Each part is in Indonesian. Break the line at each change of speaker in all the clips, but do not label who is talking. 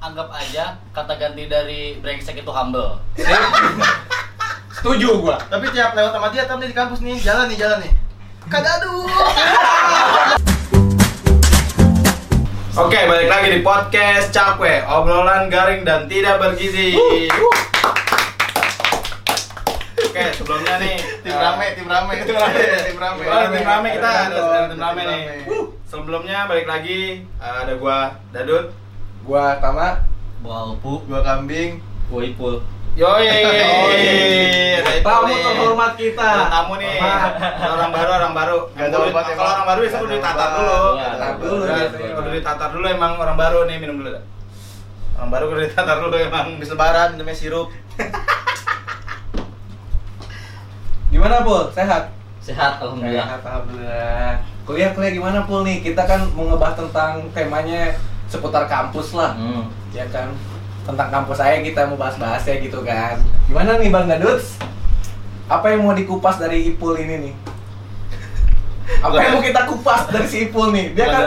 anggap aja kata ganti dari brengsek itu humble.
Setuju gua.
Tapi tiap lewat sama dia, tapi di kampus nih, jalan nih, jalan nih. Kadadu.
Oke, balik lagi di podcast Cakwe, obrolan garing dan tidak bergizi. Oke, sebelumnya nih
tim
eh,
rame, tim rame.
Tim rame.
tim rame.
Oh, tim rame kita ada ada tim rame nih.
Wuh.
Sebelumnya balik lagi eh, ada gua Dadut.
Gua Tama.
Wow, pu,
Gua kambing.
gua ipul.
Yoi.
Yoi.
ada itu
Tamu
nih.
terhormat kita.
Ada Tamu nih. Ada Orang baru, orang baru.
Gak ada obat,
Kalau
emang.
orang baru bisa
Gak
udah
ada
ditatar
obat.
dulu.
Gak ada
Tatar dulu.
Udah,
biasanya.
Kudu ditatar dulu emang orang baru nih minum dulu. Orang baru kudu ditatar dulu emang.
Habis lebaran minumnya sirup.
Gimana Pul? Sehat?
Sehat alhamdulillah.
Sehat, alhamdulillah. Kuliah-kuliah gimana Pul nih? Kita kan mau ngebahas tentang temanya seputar kampus lah.
Hmm.
Ya kan? Tentang kampus saya kita mau bahas-bahasnya gitu kan. Gimana nih Bang Daduts? Apa yang mau dikupas dari Ipul ini nih? Apa yang mau kita kupas dari si Ipul nih? Dia kan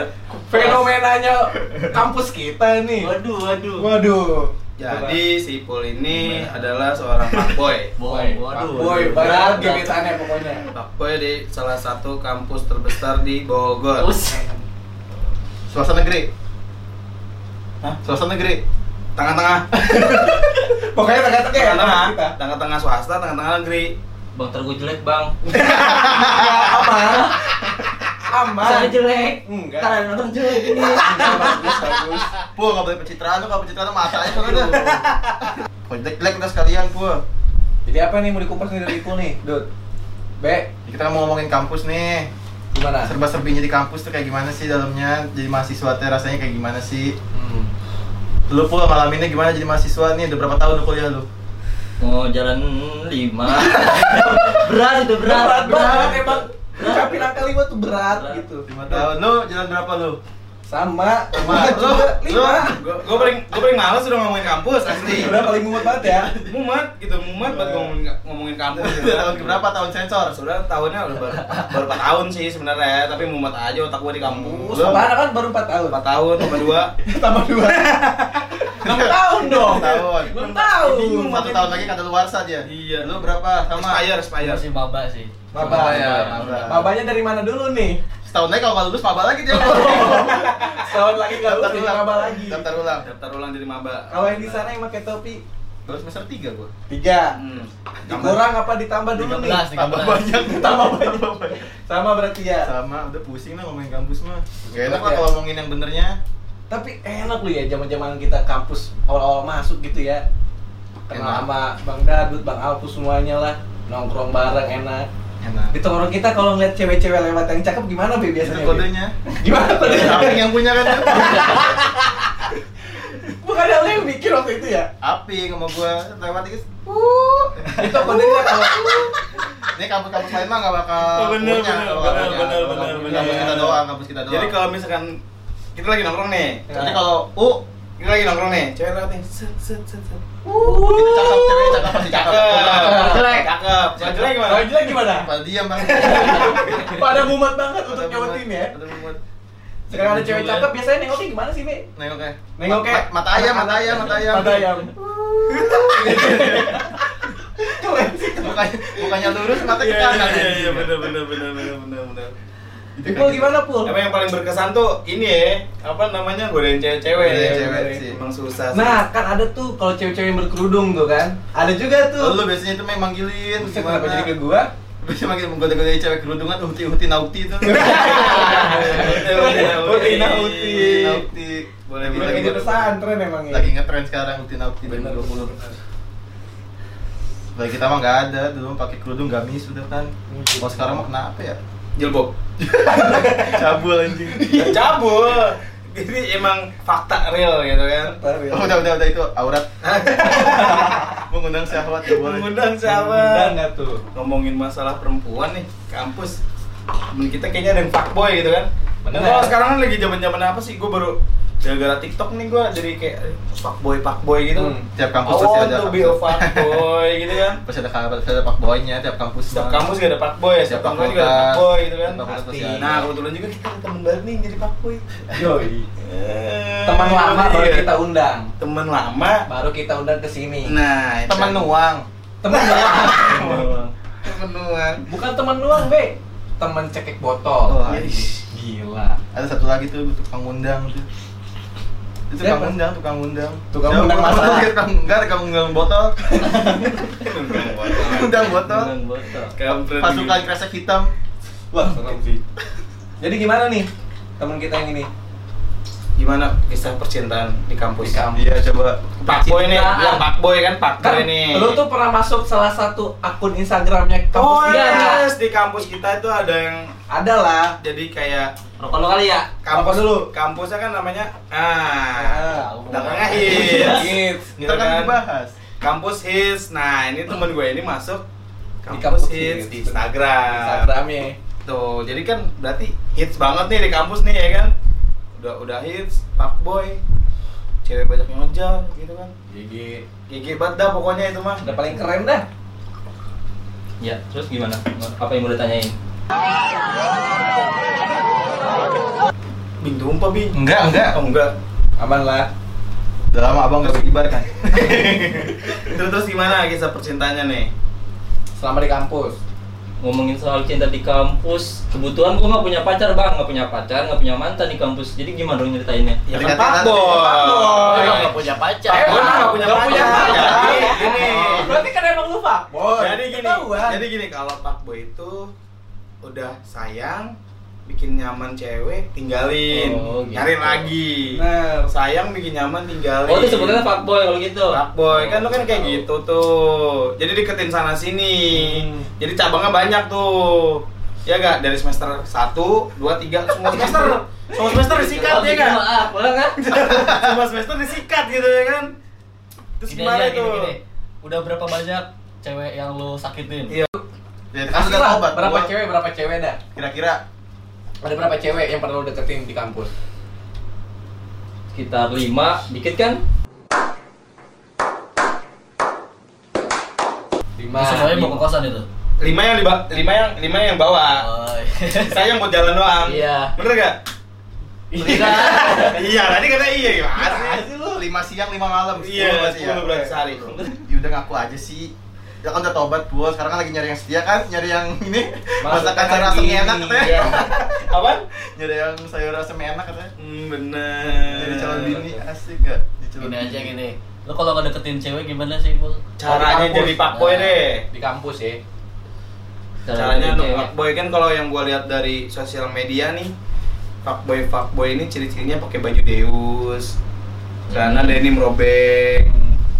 fenomenanya kampus kita nih.
Waduh, waduh.
Waduh.
Jadi si Ipul ini adalah seorang fuckboy.
Boy, waduh.
boy,
waduh.
banyak gebetannya pokoknya.
Fuckboy di salah satu kampus terbesar di Bogor.
Us.
Suasana negeri.
Hah?
Suasana negeri.
Tengah-tengah,
Pokoknya tengah-tengah ya
tengah-tengah,
kampus kita.
tengah-tengah swasta, tengah-tengah negeri.
Bang tergu jelek, Bang.
aman aman
Saya jelek.
enggak
Karena nonton jelek ini.
Enggak, bagus bagus
Pul nggak boleh pencitraan lu, kalau pencitraan lu matanya soalnya. Kalau jelek-jelek udah sekalian, Pul.
jadi apa nih mau dikupas nih dari Ipul nih Dut B
Kita mau ngomongin kampus nih.
gimana Hmm.
Serba-serbinya di kampus tuh kayak gimana sih dalamnya? Jadi mahasiswa teh rasanya kayak gimana sih?
hmm.
Lu Pul ngalaminnya gimana jadi mahasiswa nih? Udah berapa tahun lu kuliah lu?
Mau jalan lima. berat itu
berat
berat.
banget emang ucapin angka lima tuh berat gitu
Lima tahun. Lu jalan berapa lu?
sama
Sama.
lu
Lu,
lima
gua, gua paling, gua paling males udah ngomongin kampus asli.
udah paling mumet banget ya
mumet gitu mumet buat ngomongin, ngomongin kampus
Iya. tahun berapa tahun sensor?
sudah tahunnya udah baru, baru 4 tahun sih sebenarnya tapi mumet aja otak gua di
Lu-
kampus
sama anak kan baru empat tahun
4 tahun tambah 2
tambah dua enam tahun dong
Tahun.
enam tahun
Bingung.
Satu tahun lagi kata luarsa dia.
Iya.
Lu berapa?
sama
Sama.
expire expire
Masih maba sih.
Maba,
ya,
maba.
maba.
babanya dari mana dulu nih
Setahun lagi kalau nggak lulus maba lagi dia.
setahun lagi nggak lulus jadi maba lagi
Daftar ulang.
daftar ulang dari maba
kalau yang di sana yang pakai topi
Baru semester 3 gua.
tiga
hmm.
dikurang apa ditambah dulu
13.
nih
Tambah
Tambah
banyak, tambah banyak.
sama berarti ya
Sama, udah pusing lah ngomongin kampus mah. Gak enak lah kalau ngomongin yang benernya.
tapi enak lu ya zaman zaman kita kampus awal awal masuk gitu ya kenal
Enak.
sama bang Dadut bang Alpus semuanya lah nongkrong bareng enak
Enak.
di tongkrong kita kalau ngeliat cewek-cewek lewat yang cakep gimana be
Itu
biasanya Be?
kodenya.
gimana kodenya?
Aping yang punya kan?
bukan lu yang bikin waktu itu ya
Aping sama gua lewat dikit.
itu kodenya kalau
Ini kampus-kampus lain mah gak bakal
Oh, bener,
punya
bener,
kalau nggak punya.
bener, bener,
Kalau nggak
bener,
punya, Kampus
bener.
kita doang, kampus kita doang.
jadi kalau misalkan kita lagi nongkrong nih
Iya.
Jadi kalau U
kita lagi nongkrong nih cewek lewat nih set set set set
itu cakep, cewek cakep pasti cakep.
cakep
Jelek.
cakep Kalau jelek gimana
kalau jelek gimana
Pada diam bang.
pada mumet banget untuk
Pada
nyawetin
mumet,
ya
pada mumet.
sekarang ada cewek cakep biasanya nengokin gimana sih be
Nengok ya.
Nengok ya.
Ma- Mata ayam, mata ayam, mata ayam.
Mata ayam. Keren sih.
Bukannya bukannya lurus, mata ke
iya
kanan.
iya iya bener bener bener bener bener bener
Pul gimana Pul?
Apa yang paling berkesan tuh ini ya, apa namanya godain cewek-cewek.
Godain cewek iya. sih.
Emang susah. sih.
Nah kan ada tuh kalau cewek-cewek yang berkerudung tuh kan Ada juga
Nah,
Kalau lu
tuh
biasanya itu main manggilin
Buset,
gimana?
Kenapa jadi
gitu?
ke gua?
Biasanya manggil menggoda-godain cewek kerudungan uti-uti nauti itu.
Uti,
Uti,
uti,
nauti.
uti,
Uti
nauti.
nauti.
Boleh,
Lagi-
boleh,
Lagi di
boleh.
pesantren emang ya
Lagi ngetren sekarang uti nauti
Bener,
2020.
bener.
Lagi kita mah nggak ada, dulu pakai kerudung gamis udah kan.
Iya.
Kalau sekarang mah kenapa ya?
Jilbab.
Cabul anjing.
Cabul. Ini emang fakta real gitu kan.
Ntar ya.
Oh, udah udah udah itu aurat. Mengundang syahwat ya boleh.
Mengundang
Undang
siapa?
nggak tuh?
Ngomongin masalah perempuan nih, kampus. Temen kita kayaknya ada yang fuckboy gitu kan. Nah,
Bener.
kalau sekarang kan lagi zaman-zaman apa sih? Gue baru gara-gara TikTok nih gue jadi kayak fuckboy fuckboy gitu.
Hmm.
Tiap kampus
I
pasti
want
ada
to be a fuckboy gitu kan.
Pasti ada kabar, pasti ada pak boynya tiap kampus.
Setiap
mah.
kampus gak ada fuckboy ya, setiap
Setiap
kampus juga ada
fakultas.
fuckboy gitu kan.
Setiap fakultas
Pasti.
pasti ada.
Nah kebetulan juga kita ada temen baru nih yang jadi fuckboy. Iya.
Yoi. Teman lama baru
Iya.
kita undang.
Temen lama.
Baru kita undang ke sini.
Nah
Temen nuang.
Iya. Temen doang.
temen nuang.
Bukan temen doang, Be. Temen cekek botol.
Oh,
Yes.
Gila.
Ada satu lagi tuh tukang undang tuh. Itu tukang
Siapa?
undang, tukang undang.
Tukang
Siapa?
undang masalah.
Tukang- Enggak, tukang undang botol. Undang botol.
botol.
Kampret.
Pasukan kresek hitam.
Wah, serem sih. Jadi gimana nih teman kita yang ini?
Gimana kisah percintaan di kampus?
Di kampus.
Iya, coba.
Pakboy nih,
Percintaan.
bilang pakboy kan pakboy nih.
lu tuh pernah masuk salah satu akun Instagramnya kampus
Oh
dia nggak?
yes, di kampus kita itu ada yang
Ada lah.
jadi kayak
Rokok lo kali ya?
kampus
Apa dulu?
Kampusnya kan namanya ah
Ah,
belakangnya hits.
Hits.
Gitu
Kita kan
kan.
dibahas.
Kampus hits. Nah, ini temen gue ini masuk
Di
kampus,
kampus
hits,
hits.
di Instagram.
Instagramnya.
Tuh, jadi kan berarti hits banget nih di kampus nih ya kan. Udah udah hits, fuckboy. Cewek banyak yang ngejar gitu kan.
Gigi.
Gigi banget dah pokoknya itu mah.
Udah paling keren dah.
Ya, terus gimana? Apa yang mau ditanyain?
Bing tumpah, Bing.
Enggak, enggak.
Oh, enggak.
Aman lah.
Udah lama abang gak mengibarkan.
Terus, terus gimana kisah percintaannya nih?
Selama di kampus.
Ngomongin soal cinta di kampus, kebutuhan gua nggak punya pacar bang, nggak punya pacar, nggak punya mantan di kampus. Jadi gimana dong ceritainnya?
Ya kan
Pendekatan hati,
fuckboy.
Oh,
fuckboy.
Iya.
nggak punya pacar.
Eh,
Gua nggak punya
Nggak punya
pacar.
pacar. Oh.
Jadi gini.
Berarti kan emang lu pak.
Jadi gini, jadi gini kalau fuckboy itu udah sayang bikin nyaman cewek tinggalin
Oh, gitu.
cari lagi
Bener.
sayang bikin nyaman tinggalin
Oh, itu sebetulnya fuckboy kalau gitu.
fuckboy kan lu kan kayak
Tahu.
gitu tuh jadi deketin sana sini
Hmm.
jadi cabangnya banyak tuh ya gak dari semester 1, 2, 3 semua semester semua semester disikat ya gak
Maaf, gitu, ah, boleh nggak?
semua semester disikat gitu ya kan terus
Gini
gimana
aja,
tuh
gini, gini. Udah berapa banyak cewek yang lo sakitin?
Iya.
Ya, kan
Kasih
udah
lah
tobat.
berapa
Gua
cewek, berapa cewek dah.
Kira-kira
Ada berapa cewek yang pernah lu deketin di kampus?
Sekitar lima, dikit kan?
Lima.
Nah, Semuanya mau ke kosan itu.
lima yang diba lima yang lima yang bawa
Oh,
saya yang buat jalan doang
Iya.
bener gak
iya.
iya tadi kata iya gimana sih
Asli lu 5 siang 5 malam
iya
10 berarti ya.
sepuluh bulan sehari
Ya udah ngaku aja sih. Ya kan udah tobat gua, sekarang kan lagi nyari yang setia kan, nyari yang ini masakan sayur asem
lagi.
enak katanya.
Iya.
apa
Nyari yang sayur asem enak katanya.
hmm, bener
Jadi calon bini asik gak? Jadi calon
Gini aja
bini.
gini. Lo kalau ngedeketin cewek gimana sih, Pul?
Di
caranya
kampus.
jadi fuckboy
Nah.
deh
Di kampus ya.
caranya
ngedeketin
untuk
cewek.
fuckboy kan kalau yang gua lihat dari sosial media nih fuckboy fuckboy ini ciri-cirinya pakai baju deus celana denim robek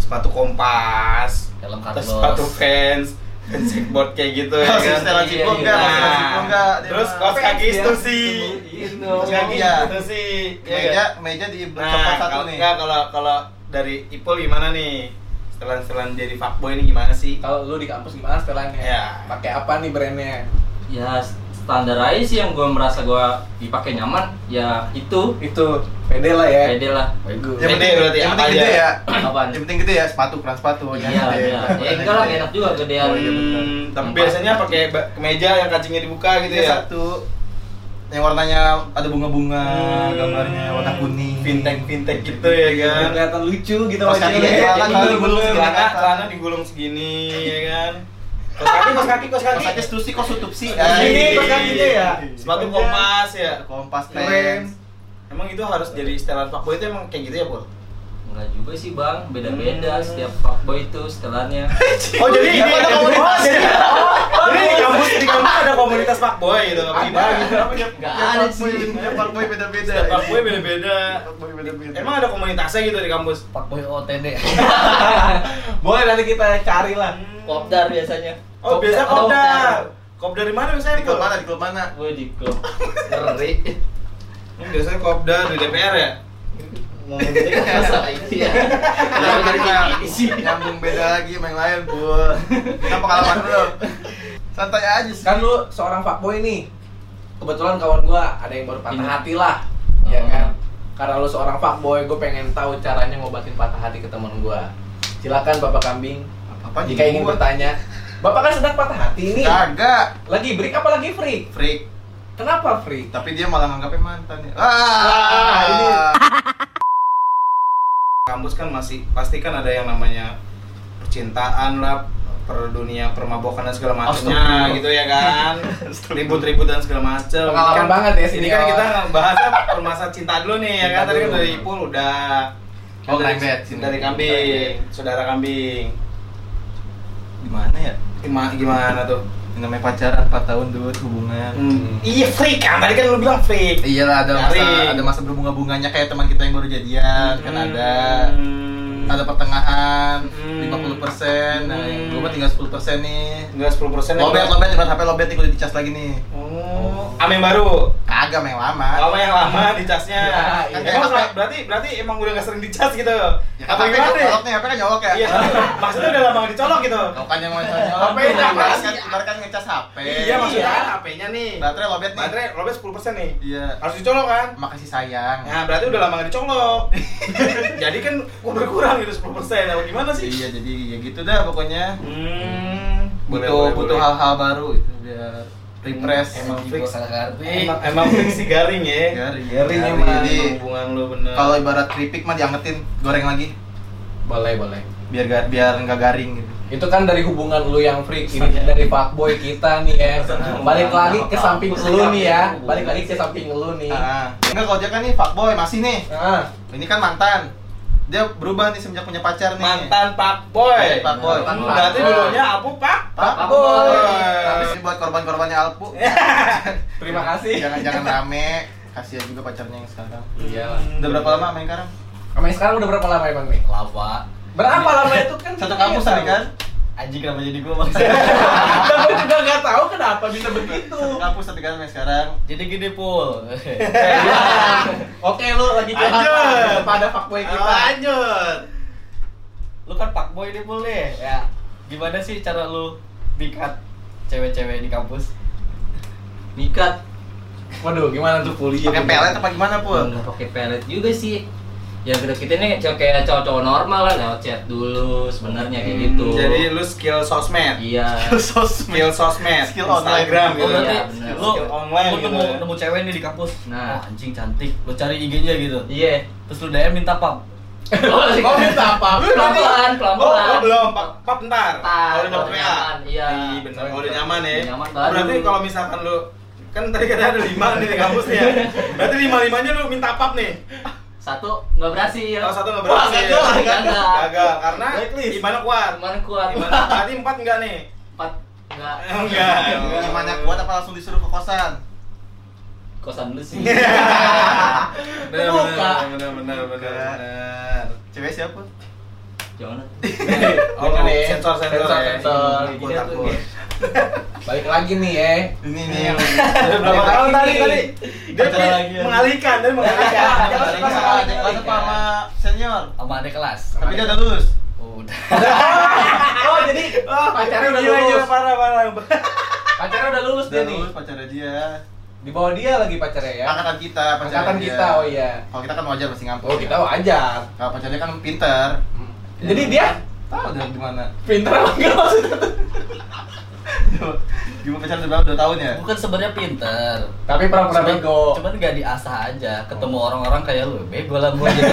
sepatu kompas
Dalam kardus.
terus sepatu fans fans skateboard kayak gitu ya
Oh, si
kan
Stella
Iya,
Cipong
iya.
enggak? Mas Stella
Nah,
Cipong enggak? Dia
terus
mah-
kaos kaki itu sih
Gitu.
Kaos kaki ya.
itu sih Iya
meja
nggak?
meja di blok
nah
satu
kalau
nih.
nggak, kalau kalau dari Ipul gimana nih setelan setelan jadi fuckboy ini gimana sih
Kalau lu di kampus gimana setelannya?
Ya.
Pakai apa nih brandnya?
Ya standar aja sih yang gue merasa gue dipakai nyaman ya itu
Itu pede lah ya.
pede lah
Bagus.
Ya,
Yang penting
Gede berarti,
yang
apa
penting gede
aja?
ya.
apaan
Yang penting gede ya, sepatu kurang
Oh,
sepatu.
iya
jangan gede.
iya ya enggak lah nggak enak juga gedean
iya,
Hmm, tapi biasanya pakai ba- kemeja yang kancingnya dibuka gitu
Iya,
ya
satu yang warnanya ada bunga-bunga,
Hmm,
gambarnya warna kuning.
fintech fintech gitu ya
Biar
kan Iya,
kelihatan lucu gitu
Kaos
wajahnya.
kaki
Ya,
ya, celana
bener,
digulung
bener.
segala.
celana celana digulung segini ya kan kos kaki kos kaki kos
Kos
kaki
kaki stusi, kos tutup sih.
Ini
Ay.
kos kakinya ya.
Iya.
sepatu kompas ya
Kompas
Keren.
tens.
emang itu harus jadi setelan fuckboy itu emang kayak gitu ya Pul?
enggak juga sih bang beda beda
Hmm.
setiap fuckboy itu setelannya
Oh jadi ini
Apa ada komunitas?
jadi, jadi di kampus di kampus ada komunitas fuckboy gitu apa gimana?
enggak
Ya,
ada
fuckboy,
sih
ya, fuckboy beda-beda.
Setiap fuckboy
Ini.
beda-beda.
Fuckboy beda-beda.
Emang ada komunitasnya gitu di kampus?
fuckboy OTD
Boleh nanti kita cari lah.
kopdar biasanya
Oh biasa kopdar. Kopdar dari mana biasanya?
di klub
Pul?
mana? Di klub mana?
gue di klub ngeri
Hmm, Biasanya kopdar di DPR ya.
masalah itu ya
Nah,
Dari
nah,
ini sih.
nyambung beda lagi sama yang lain, Bu. Kita pengalaman dulu. Santai aja sih.
Kan lu seorang fuckboy nih. Kebetulan kawan gua ada yang baru patah
Ini.
hati lah.
Oh.
Ya kan. karena lo seorang fuckboy gue pengen tahu caranya ngobatin patah hati ke temen gue silakan bapak kambing
Apa
jika ingin bertanya bapak kan sedang patah hati ini
Kagak.
lagi break apa lagi free
Freak.
kenapa free
Tapi dia malah nganggapnya mantan ya. Ah, ini.
kampus kan masih pasti kan ada yang namanya percintaan lah per dunia permabukan dan segala macamnya
Astagfirullah.
gitu ya kan ribut-ribut dan segala macem
Pengalaman
Kan-
banget ya,
ini
senior.
kan kita bahasnya permasalahan cinta dulu nih ya
Cinta
kan tadi kan
dulu.
dari Ipul udah
Oh,
dari,
kambing.
dari kambing saudara kambing
Gimana ya?
gimana gimana tuh
Yang namanya pacaran 4 tahun dulu hubungan.
Hmm. iya freak kan tadi kan lu bilang freak
Iyalah ada masa
Garing.
ada masa berbunga-bunganya kayak teman kita yang baru jadian kan ada
Hmm.
ada pertengahan
Hmm.
50 nah
Hmm.
gue mah tinggal 10 nih
enggak 10% ya,
lobet
Bang?
lobet cepat HP lobet nih gue dicas lagi nih
Oh, Ah. Amin baru.
kagak mah yang lama
Lama yang lama dicasnya.
Ya,
Kan
iya.
emang sel- berarti berarti emang udah gak sering dicas gitu.
ya kan HP
Apa gimana
kan
nih?
nyolok nih HP kan nyolok ya
Iya. Maksudnya udah lama gak dicolok gitu.
Kau kan yang mau nyolok
HP -nya apa
Ibarat
sih?
kan- ibarat kan ngecas HP
Iya, maksudnya
Iya.
kan HP-nya nih.
baterai lobet nih
Baterai robet 10% nih.
iya
Harus dicolok kan?
makasih sayang
Nah, berarti udah lama gak dicolok. Jadi kan berkurang gitu 10% apa gimana sih?
iya jadi ya gitu dah pokoknya
Hmm. boleh,
butuh
boleh,
butuh
boleh.
hal-hal baru itu biar refresh
Emang
Lagi
freak.
gua salah ngerti.
Emang- Emang freak si garing ya.
garing
Garing
Garing.
emang.
jadi
hubungan lu bener.
kalau ibarat keripik mah diangetin goreng lagi
boleh boleh
biar ga- biar nggak garing gitu
itu kan dari hubungan lu yang freak ini dari fuckboy kita nih ya balik lagi ke samping lu nih ya balik lagi ke samping lu nih
ah enggak kalau dia kan nih fuckboy masih nih
ah
ini kan mantan dia berubah nih semenjak punya pacar nih
mantan Pak Boy.
Iya, Pak Boy.
Hmm, Berarti
Pak Boy.
dulunya aku Pak.
fuckboy
Fuckboy.
tapi sih buat korban-korbannya Alpu
terima kasih
jangan-jangan rame kasihan juga pacarnya yang sekarang
Iyalah.
udah berapa lama main sekarang
Kamu Iya. sekarang udah berapa lama emang nih?
Lava.
Berapa lama itu kan?
satu kampus tadi kan
Anjing kenapa jadi gua maksudnya?
Kamu juga nggak tahu kenapa
Iya,
bisa begitu.
satu kampus tadi kan main sekarang
jadi gini pul.
Iya.
Oke lu lagi curhat
Lanjut.
kepada fuckboy kita.
Lanjut.
lu kan fuckboy nih pul nih.
Ya.
Gimana sih cara lu dikat cewek-cewek di kampus?
Mikat
Waduh, gimana tuh kuliah?
pakai pelet apa gimana pun
nggak pakai pelet juga sih. Ya kita kita nih cowok kayak cowok-cowok normal lah, lewat chat dulu sebenarnya kayak gitu.
Hmm, Jadi lu skill sosmed.
iya.
Skill sosmed.
Skill
Oh,
online.
Instagram gitu.
berarti
Skill-
lu-
skill online
lu
gitu.
nemu nemu cewek nih di kampus.
Nah.
Wah, anjing cantik. Lu cari IG-nya gitu.
Iya.
Terus lu DM minta pam.
Kau minta apa?
Pelan-pelan,
Oh,
pelan-pelan.
oh, belum, Pak, Pak bentar.
Bentar,
Kalau udah
kalau
WA.
nyaman, iya.
Ih, bener. Kalau udah nyaman ya.
Udah nyaman, baru.
Berarti kalau misalkan lu kan tadi katanya ada lima nih di kampus nih ya. Berarti lima limanya lu minta pap nih.
Satu nggak berhasil.
Kalau Oh, satu nggak berhasil.
gagal, gagal.
Gagal, karena gimana kuat.
Gimana kuat?
Gimana? Berarti empat enggak nih?
Empat nggak
Enggak.
gimana kuat apa langsung disuruh ke kosan
kosan lu sih.
Iya. Bener,
Luka.
bener, bener, bener, bener.
cewek siapa
Jangan.
Oh,
Jangan ya.
sensor, sensor,
Sensor,
ya.
sensor.
Gini, gini tuh, gini.
Balik lagi nih ya.
ini nih yang
Udah berapa
Iya.
Balik
tahun tadi
lagi.
tadi? Dia
Acara
pi-
lagi ya.
mengalihkan, dia mengalihkan.
ada
Dia
kelas
mengalihkan.
kelas apa ada kelas apa Iya. sama senior
Sama adik kelas.
tapi dia udah lulus
Udah.
Oh, jadi
Oh,
pacarnya udah
gila, gila,
lulus.
parah, parah.
Pacarnya udah lulus
udah
dia nih.
lulus pacarnya dia
Di bawah dia lagi pacarnya ya.
angkatan kita pacarnya
Angkatan
dia.
kita, oh iya.
kalau kita kan wajar masih ngampus
Oh, kita wajar.
kalau pacarnya kan pinter
Jadi dia
tahu dari gimana
pinter apa enggak maksudnya?
gimana pacarnya udah berapa dua tahun ya
Bukan sebenarnya pinter.
Tapi pernah-pernah
Cuman-
bego.
Cuman gak diasah aja. Ketemu orang-orang kayak lu, bego lah gua jadi.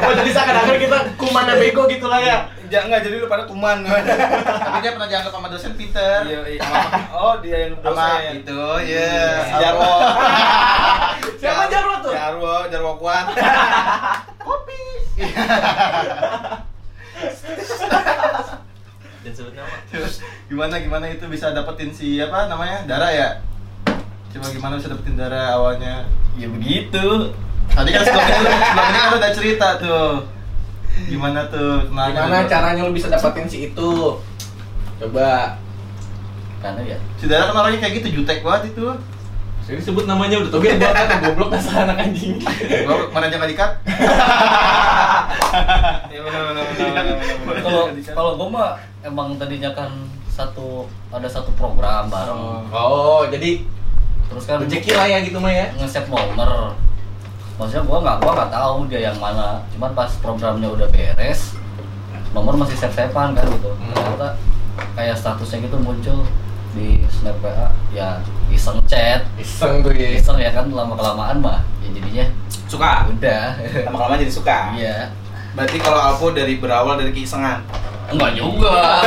Oh, jadi seakan-akan kita kumannya bego gitu lah ya.
Ja, enggak, jadi lu pada kuman.
tapi dia pernah dianggap sama dosen pinter
Iya, iya. Oh, dia yang
sama
dosen.
itu ya
Si iya. Jarwo.
Siapa Jarwo tuh?
Jarwo, Jarwo kuat.
Dan sebut nama.
Terus gimana gimana itu bisa dapetin si apa namanya Dara ya coba gimana bisa dapetin Dara awalnya
ya begitu.
tadi kan sebelumnya lu- sebelumnya lu udah cerita tuh gimana tuh kenalnya
Gimana
dulu?
caranya lu bisa dapetin si itu? Coba.
Karena ya
si Dara kan orangnya kayak gitu jutek banget itu
Jadi sebut namanya udah tobat buat kan goblok kasar anak anjing.
gua mana jangan dikat
Iya, benar, benar, benar, benar, benar.
kalau kalau gue mah emang tadinya kan satu ada satu program bareng
Oh, jadi
terus kan
rezeki lah ya gitu mah ya.
ngeset momer maksudnya gua nggak gua nggak tahu dia yang mana cuman pas programnya udah beres nomor masih save savean kan gitu ternyata kayak statusnya gitu muncul di snap WA ya iseng chat
Iseng tuh ya.
iseng ya kan lama kelamaan mah ya jadinya
Suka.
udah
Lama-lama jadi suka.
iya
Berarti kalau Alpo dari berawal dari keisengan.
enggak juga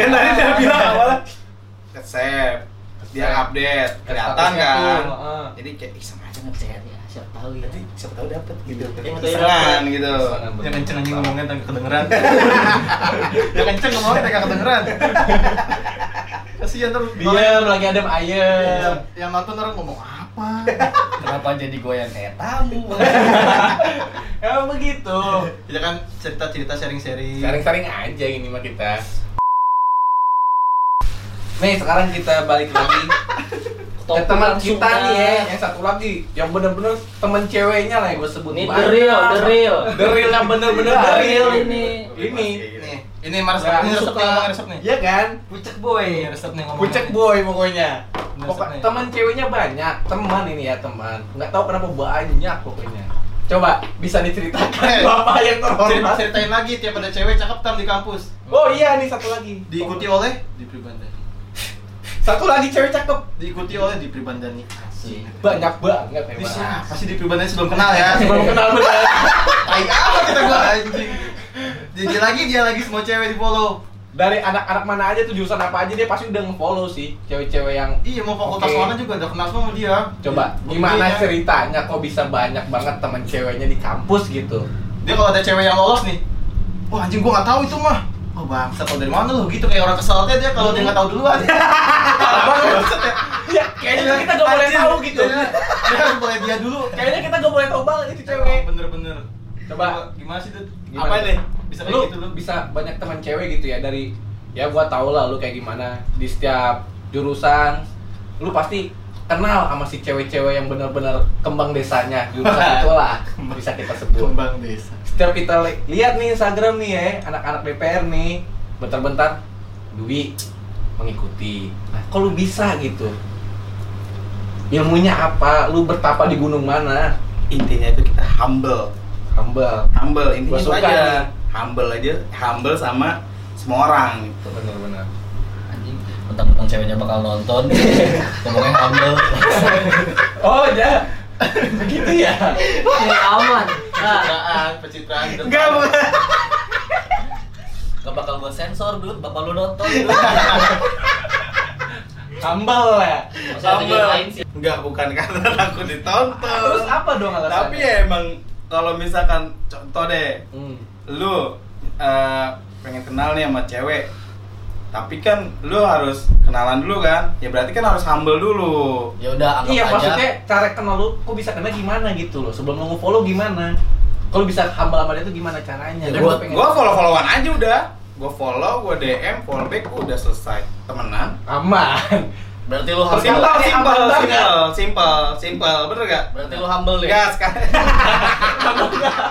kan tadi dia bilang awal kesep dia update kelihatan
Statusnya
kan
tuh, heeh.
jadi kayak ih sama aja
ngechat ya siapa tahu ya
nanti siapa tahu dapet gitu
Yang betul
kesengan
dapet.
gitu
Kesengan.
Jangan kenceng anjing ngomongnya tak kedengeran. Jangan kenceng ngomongnya tak kedengeran. Kasihan terus
Diam lagi adem ayem.
Yang nonton orang ngomong apa?
kenapa jadi gua yang kayak tamu
Emang begitu.
Kita kan cerita-cerita sharing-sharing.
Saring-saring aja ini mah kita. Nih sekarang kita balik lagi ke teman kita nih ya, yang satu lagi, yang bener-bener temen ceweknya lah yang gue sebut.
Ini the
Banyak.
real, the real.
The real yang bener-bener
The
the
real
real.
ini.
Ini.
Nih, ini Mars
Nah,
ini resep
suka-
nih, ngomong resep nih.
Iya kan?
Pucek boy, resep nih ngomong.
Pucek boy pokoknya.
Bener,
Pokok
Sat, nih.
teman ceweknya banyak, teman ini ya teman. Nggak tahu kenapa banyak pokoknya. Coba bisa diceritakan
Eh,
bapak yang
Cerita
terhormat.
ceritain lagi tiap ada cewek cakep tam di kampus.
Oh iya nih satu lagi.
Diikuti oleh di Pribandani.
Satu lagi cewek cakep.
Diikuti oleh di Pribandani. Asik.
Banyak banget memang.
Di siapa sih di Pribandani sebelum kenal ya?
Belum kenal benar.
Tai apa kita gua anjing. Jadi lagi dia lagi semua cewek di follow.
Dari anak-anak mana aja tuh jurusan apa aja dia pasti udah nge-follow sih cewek-cewek yang
Iya mau fakultas
Oke.
mana juga udah kenal semua sama dia. ya.
Coba
Buktinya,
gimana ceritanya kok bisa banyak banget teman ceweknya di kampus gitu.
Dia kalau ada cewek yang lolos nih, wah anjing gua nggak tahu itu mah. Oh bang, tau dari mana lu gitu kayak orang kesel dia, dia kalau dia nggak tahu duluan. Parah banget. maksudnya.
Ya kayaknya kita gak boleh
Anjing,
tahu gitu.
Dia dia harus boleh dia dulu.
Kayaknya kita gak boleh tahu banget itu cewek.
Oh, Bener-bener.
Coba.
gimana sih tuh?
Gimana?
Apa deh? Bisa kayak
lu
gitu lu?
bisa banyak teman cewek gitu ya dari ya gua tau lah lu kayak gimana di setiap jurusan lu pasti kenal sama si cewek-cewek yang benar-benar kembang desanya jurusan itu lah bisa kita sebut
Kembang desa.
setiap kita li- lihat nih Instagram nih ya anak-anak DPR nih bentar-bentar Dwi mengikuti nah, kok lu bisa gitu ilmunya apa lu bertapa di gunung mana
intinya itu kita humble
humble
humble intinya
Gua
itu
suka
aja
nih.
humble aja humble sama semua orang gitu
benar-benar
anjing tentang ceweknya bakal nonton ngomongnya humble
oh ya begitu ya
Ini aman. Nah,
Pencitraan, pencitraan.
enggak bukan
Gak bakal buat sensor, Dut. Bapak lu nonton, Dut.
Humble ya.
maksudnya ada yang lain sih.
enggak bukan karena aku ditonton
Terus apa dong alasannya?
tapi ya emang kalau misalkan contoh deh
Hmm.
lu eh, pengen kenal nih sama cewek tapi kan lu harus kenalan dulu kan ya berarti kan harus humble dulu
Ya udah, anggap
Iya
aja.
maksudnya cara kenal lu, kok bisa kenal gimana gitu loh. Sebelum lu follow gimana? Kalau bisa humble sama dia tuh gimana caranya?
Ya,
Gua
gua-
pengen-
gua follow followan aja udah gua follow gua dm follow back udah selesai temenan
aman.
Berarti lu
Terus
humble.
yang- Aman
simple simple
banget.
simple simple simple bener gak
Berarti lu humble ya.
gas kan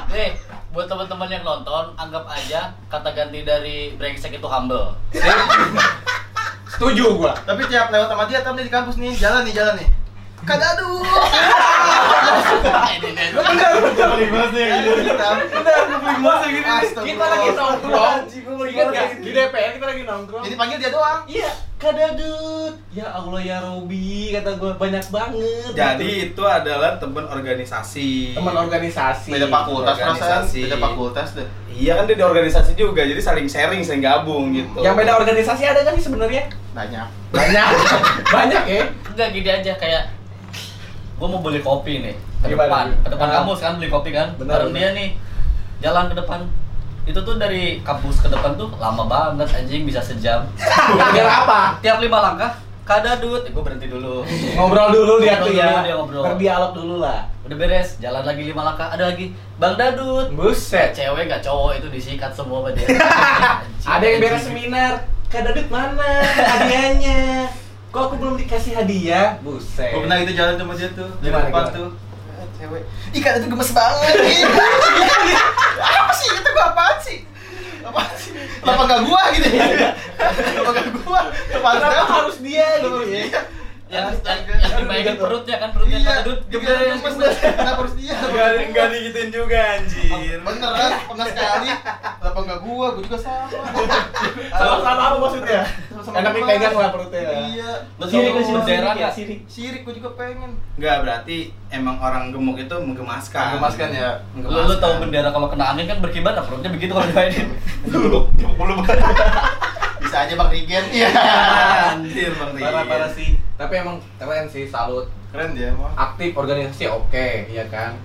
Nih, buat teman-teman yang nonton, anggap aja kata ganti dari brengsek itu humble.
Setuju gua.
Tapi tiap lewat sama dia, tam dia di kampus nih, jalan nih, jalan nih. Kadadu.
Ini nih.
iya, Kita lagi nongkrong. Ingat nggak? Di DPR kita lagi nongkrong.
Jadi panggil dia doang.
Iya, kadadut. Ya Allah ya Robi, kata gua banyak banget. gitu.
jadi itu adalah temen organisasi
teman organisasi.
Beda fakultas perasaan,
Organisasi.
beda fakultas deh.
iya kan dia di organisasi juga jadi saling sharing saling gabung gitu
Yang beda organisasi ada kan sih sebenarnya?
Banyak.
Banyak. banyak ya.
Enggak gini aja kayak gua mau beli kopi nih ke
Gimana?
depan, ke depan
Ah.
kampus kan beli kopi kan.
Benar,
Bareng dia nih jalan ke depan. Itu tuh dari kampus ke depan tuh lama banget anjing bisa sejam.
Gara apa?
Tiap lima langkah kadadut, eh, gua berhenti dulu.
ngobrol dulu dia tuh
Ngobrol
ya
dulu dia ngobrol.
berdialog dulu lah
Udah beres, jalan lagi lima langkah, ada lagi Bang Dadut.
buset
Cewek gak cowok itu disikat semua sama dia.
ada yang beres seminar kak Dadut mana hadiahnya kok aku belum dikasih hadiah buset
Gue pernah gitu jalan sama dia tuh, di
Gimana,
depan
gimana?
tuh. Ah, Cewek. Ih, kadadu gemes banget. Ih. apa sih? Itu gua apaan sih? Apaan sih? Kenapa gak gua gitu ya? Kenapa gak gua? Kenapa
Iya. Kenapa
harus
harus dia gitu
Iya.
yang, yang,
Astaga.
yang dimainin perutnya kan perutnya
Iya,
kan dud
kita yang pedes. Kenapa harus dia?
Enggak enggak digituin juga anjir.
Beneran, pernah sekali. Kenapa enggak gua? Gua juga sama.
Sama-sama apa maksudnya?
Sama-sama
Enak
pernah.
dipegang lah perutnya.
Iya.
Sirik ke sini,
Beneran
sirik ya?
ya?
Sirik.
Sirik gua juga pengen.
Enggak, berarti emang orang gemuk itu menggemaskan.
Menggemaskan ya?
Lu, lu tahu bendera kalau kena angin kan berkibar nah perutnya begitu kalau dimainin.
Dulu, dulu.
Bisa aja Bang Rigen. Iya.
Anjir, Bang Rian.
Parah-parah sih. Tapi emang keren sih salut.
Keren dia emang.
Aktif organisasi oke, iya kan.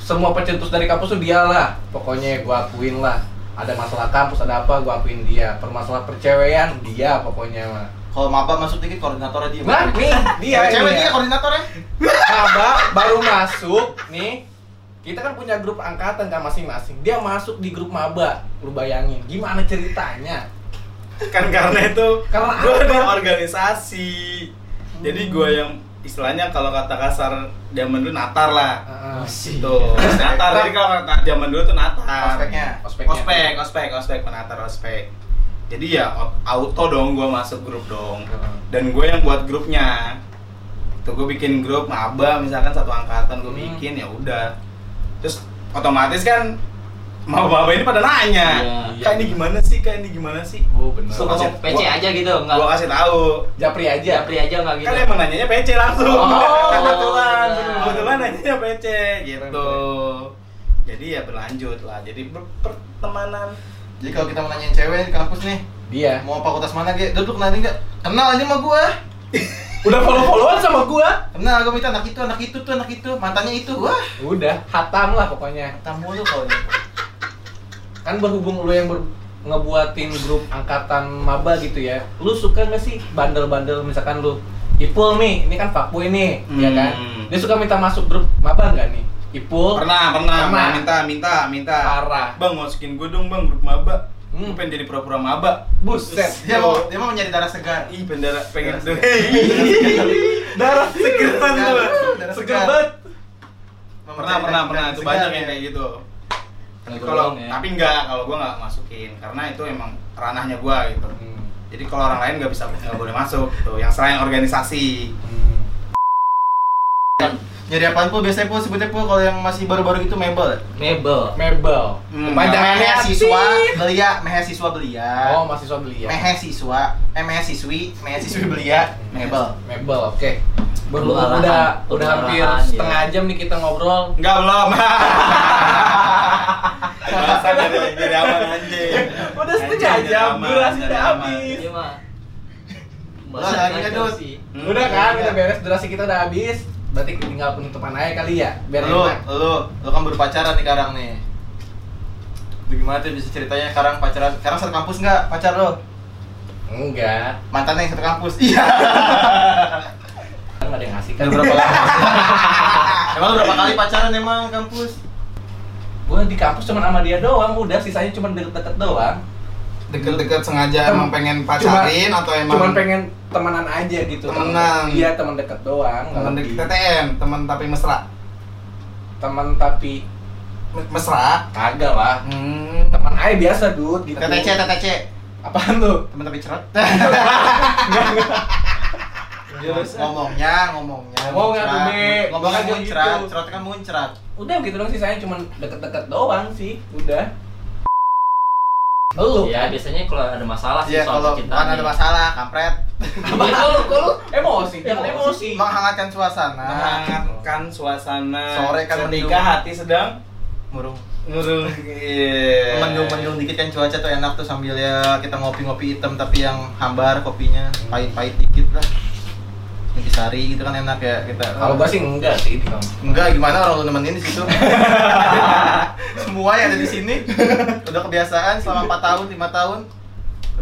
Semua pencetus dari kampus tuh dia lah. Pokoknya gua akuin lah. Ada masalah kampus ada apa gua akuin dia. Permasalahan percewean dia pokoknya mah.
Kalau maba masuk dikit koordinatornya dia.
Nah, nih dia
Cewek- cewek
ini
dia
ya.
koordinatornya.
Maba baru masuk nih. Kita kan punya grup angkatan kan masing-masing. Dia masuk di grup maba. Lu bayangin gimana ceritanya?
kan karena itu
Karena
gue
apa?
ada organisasi jadi gue yang istilahnya kalau kata kasar zaman dulu natar lah
Heeh.
tuh natar jadi kalau kata zaman dulu tuh natar
Aspeknya.
ya?
Ospeknya.
ospek ospek ospek menatar ospek jadi ya o- auto dong gue masuk grup dong dan gue yang buat grupnya tuh gue bikin grup maba misalkan satu angkatan gue
Hmm.
bikin ya udah terus otomatis kan maba-maba ini pada nanya
Iya.
kak ini gimana sih kak ini gimana sih
Oh, benar.
Suka ngomong
Gua-
PC aja gitu, enggak.
gue kasih tahu
Japri aja.
Japri aja enggak gitu.
kan emang nanyanya PC langsung
Oh,
iya.
kebetulan
bener.
kebetulan nanyanya PC gitu jadi ya berlanjut lah jadi ber- pertemanan
Jadi kalau kita mau nanyain cewek di kampus nih,
Dia.
mau fakultas mana ge? Duduk nanti enggak? Kenal aja sama gua.
Udah follow-followan sama gua.
Kenal gua minta anak itu, anak itu tuh, anak itu, mantannya itu. Wah,
Udah, hatam lah pokoknya.
tamu lu kalau dia.
Kan berhubung lu yang ber ngebuatin grup angkatan maba gitu ya. Lu suka nggak sih bandel-bandel misalkan lu Ipul nih, ini kan fuckboy nih, ya kan?
Hmm.
Dia suka minta masuk grup maba nggak nih? Ipul
pernah pernah
Pernah.
minta minta minta
parah.
bang masukin gue dong bang grup maba
Hmm.
gue pengen jadi pura-pura maba
Buset.
Dia mau dia mau nyari darah segar.
ih bendera
Iya,
pengen darah segeran tuh
Darah
Seger banget.
Mau
pernah
Iya,
mencari
pernah
darah
pernah itu
segar,
banyak
ya.
yang kayak gitu Tapi
Kalau gua
kalau
doang ya.
tapi enggak kalau gue nggak masukin karena itu emang ranahnya gue gitu
Hmm.
jadi kalau orang lain nggak bisa nggak boleh masuk tuh yang selain organisasi
Hmm.
Nyari apaan pun biasanya pun sebutnya pun kalau yang masih baru-baru itu mebel.
Mebel.
Mebel.
Hmm.
Panjangannya
Mehe
sih.
siswa belia, mehe siswa belia.
Oh, mahasiswa
iya.
belia.
Mehe siswa, eh mehe siswi, mehe siswi belia, mebel.
Mebel, oke. Berhubung
Perlu
udah
arahan,
udah
perlu
hampir
arahan, ya.
setengah jam nih kita ngobrol.
Enggak belum. Masa dari dari awal anjing.
Udah setengah
Anjing,
jam,
aman,
durasi udah
aman.
habis.
Iya, mah.
Lah, lagi kan, Dut?
Hmm.
Udah kan, udah beres, durasi kita udah habis. Berarti tinggal penutupan aja kali ya, biar
lu,
enak.
lu, lu kan baru pacaran nih sekarang nih. Lu gimana tuh bisa ceritanya sekarang pacaran? Sekarang satu kampus nggak pacar lo?
Enggak,
Mantannya yang satu kampus? Iya.
kan nggak ada yang ngasih kan.
Udah berapa lama? emang lu berapa kali pacaran emang kampus?
Gue di kampus cuma sama dia doang, udah sisanya cuma deket-deket doang.
Deket-deket sengaja emang pengen pacarin
Cuma-
atau emang
Cuman pengen temenan aja gitu.
Temenan.
Iya, temen deket doang. nggak
temen
lebih.
deket TTM, temen tapi mesra.
Temen tapi
Me- Mesra.
kagak lah.
Hmm.
Temen aja biasa, Dut, gitu.
TTC, TTC.
Apaan tuh?
Temen tapi cerot.
Eh.
Jurusan.
ngomongnya, ngomongnya.
Ngomong nggak tuh,
muncrat.
Be?
Eh, Ngomongnya
Bukan
muncrat,
gitu.
cerotnya kan muncrat.
Udah gitu doang sisanya cuma deket-deket doang sih, udah. Iya, Lu?
Ya, biasanya kalau ada masalah sih
Iya,
soal
kalau
kita.
bukan ada masalah, kampret.
Apaan? Kok lu, kok lu emosi? Jangan emosi.
Menghangatkan suasana.
Menghangatkan kan suasana.
Sore kan
ketika
mendung.
hati sedang
Murung.
ngurung. Iya.
mendung-mendung dikit kan cuaca tuh enak tuh sambil ya kita ngopi-ngopi hitam tapi yang hambar kopinya pahit-pahit dikit lah sari gitu kan enak ya kita
Kalau gua sih enggak sih di kampus.
enggak gimana orang lu nemenin di situ semua yang ada di sini udah kebiasaan selama 4 tahun 5 tahun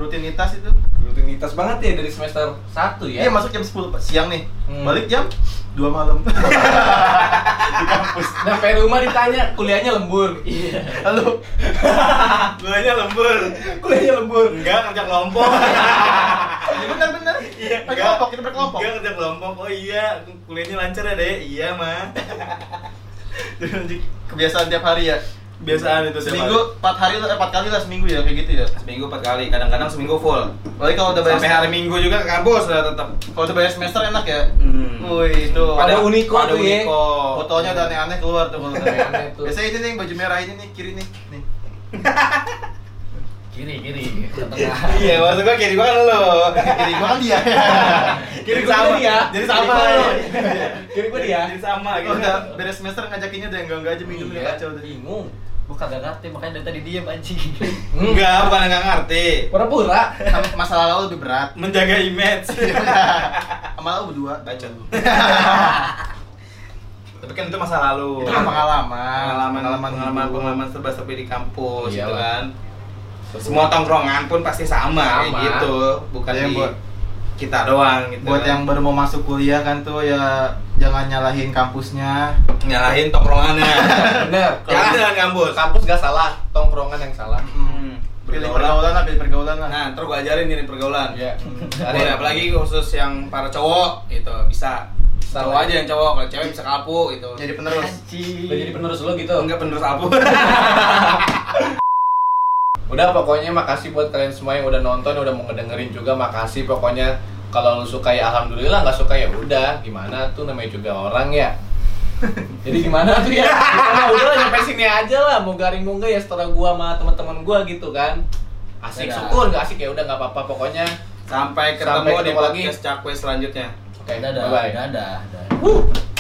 rutinitas itu
Rutinitas banget ya dari semester 1 ya.
Iya.
dia masuk jam 10 siang nih
Hmm.
balik jam 2 malam
Sampai rumah ditanya kuliahnya lembur. Iya.
lalu Ah,
Guanya lembur.
kuliahnya lembur.
Enggak kerja kelompok.
bener-bener
Iya,
Pakai kelompok kita berkelompok
Enggak kerja kelompok. Oh iya, kuliahnya lancar ya, Dek. Iya, Ma.
kebiasaan tiap hari ya
biasaan itu tiap hari.
Seminggu 4 hari lah, eh, 4 kali lah seminggu ya kayak gitu ya.
seminggu empat kali kadang-kadang seminggu full
Lagi kalau udah bayar
sampai hari minggu juga ke kampus lah tetap
kalau udah bayar semester enak ya.
Hmm.
Wih, itu
Pada Unico
pada
tuh ya.
Unico.
fotonya udah aneh-aneh keluar tuh kalau udah bayar.
Aneh tuh.
Biasanya ini nih yang baju merah ini nih kiri nih. Nih.
kiri kiri ke tengah
iya maksud gua kiri gua kan lo
Kiri gua kan dia.
kiri
gua
sama
dia.
jadi sama
Kiri gua. Kiri gua dia.
jadi sama
Kalau
gitu
udah beres semester ngajakinnya udah enggak enggak aja minum udah
Iya,
kacau udah.
Bingung.
gua kagak ngerti makanya dari tadi diem anjing
enggak bukan enggak ngerti
Pura-pura.
Sama- Masalah lalu lebih berat.
menjaga image
Sama lalu berdua.
bacot tapi kan itu masa lalu
Itu kan pengalaman.
pengalaman pengalaman pengalaman,
hidup.
pengalaman serba serbi di kampus gitu
Iyalah.
kan semua tongkrongan pun pasti sama, kayak
Sama.
gitu bukan
Iya,
di
buat-
kita doang gitu
buat
kan.
yang baru mau masuk kuliah kan tuh ya jangan nyalahin kampusnya
nyalahin tongkrongannya
Bener. Ya.
jangan dengan kampus
Kampus gak salah, tongkrongan yang salah.
Hmm. pilih
Bergaul.
pergaulan lah pilih pergaulan lah
Nah, ntar gue ajarin nih pergaulan.
Iya.
Boleh, apalagi khusus yang para cowok gitu bisa.
Salah.
Cowok aja yang cowok, kalau cewek bisa kapu gitu.
jadi penerus
anjing
Udah jadi penerus lo gitu.
enggak penerus apu.
Udah pokoknya makasih buat kalian semua yang udah nonton, udah mau ngedengerin juga makasih pokoknya kalau lu suka ya alhamdulillah, nggak suka ya udah. Gimana tuh namanya juga orang ya. Jadi gimana tuh ya? Gimana udah lah, nyampe sini aja lah. Mau garing mau nggak ya setelah gua sama teman-teman gua gitu kan. Asik
Dadah.
syukur nggak asik ya udah nggak apa-apa pokoknya.
Sampai ketemu
Sampai
di
ketemu lagi.
podcast Cakwe selanjutnya.
Oke,
dadah
bye bye.
dadah dadah
Woo.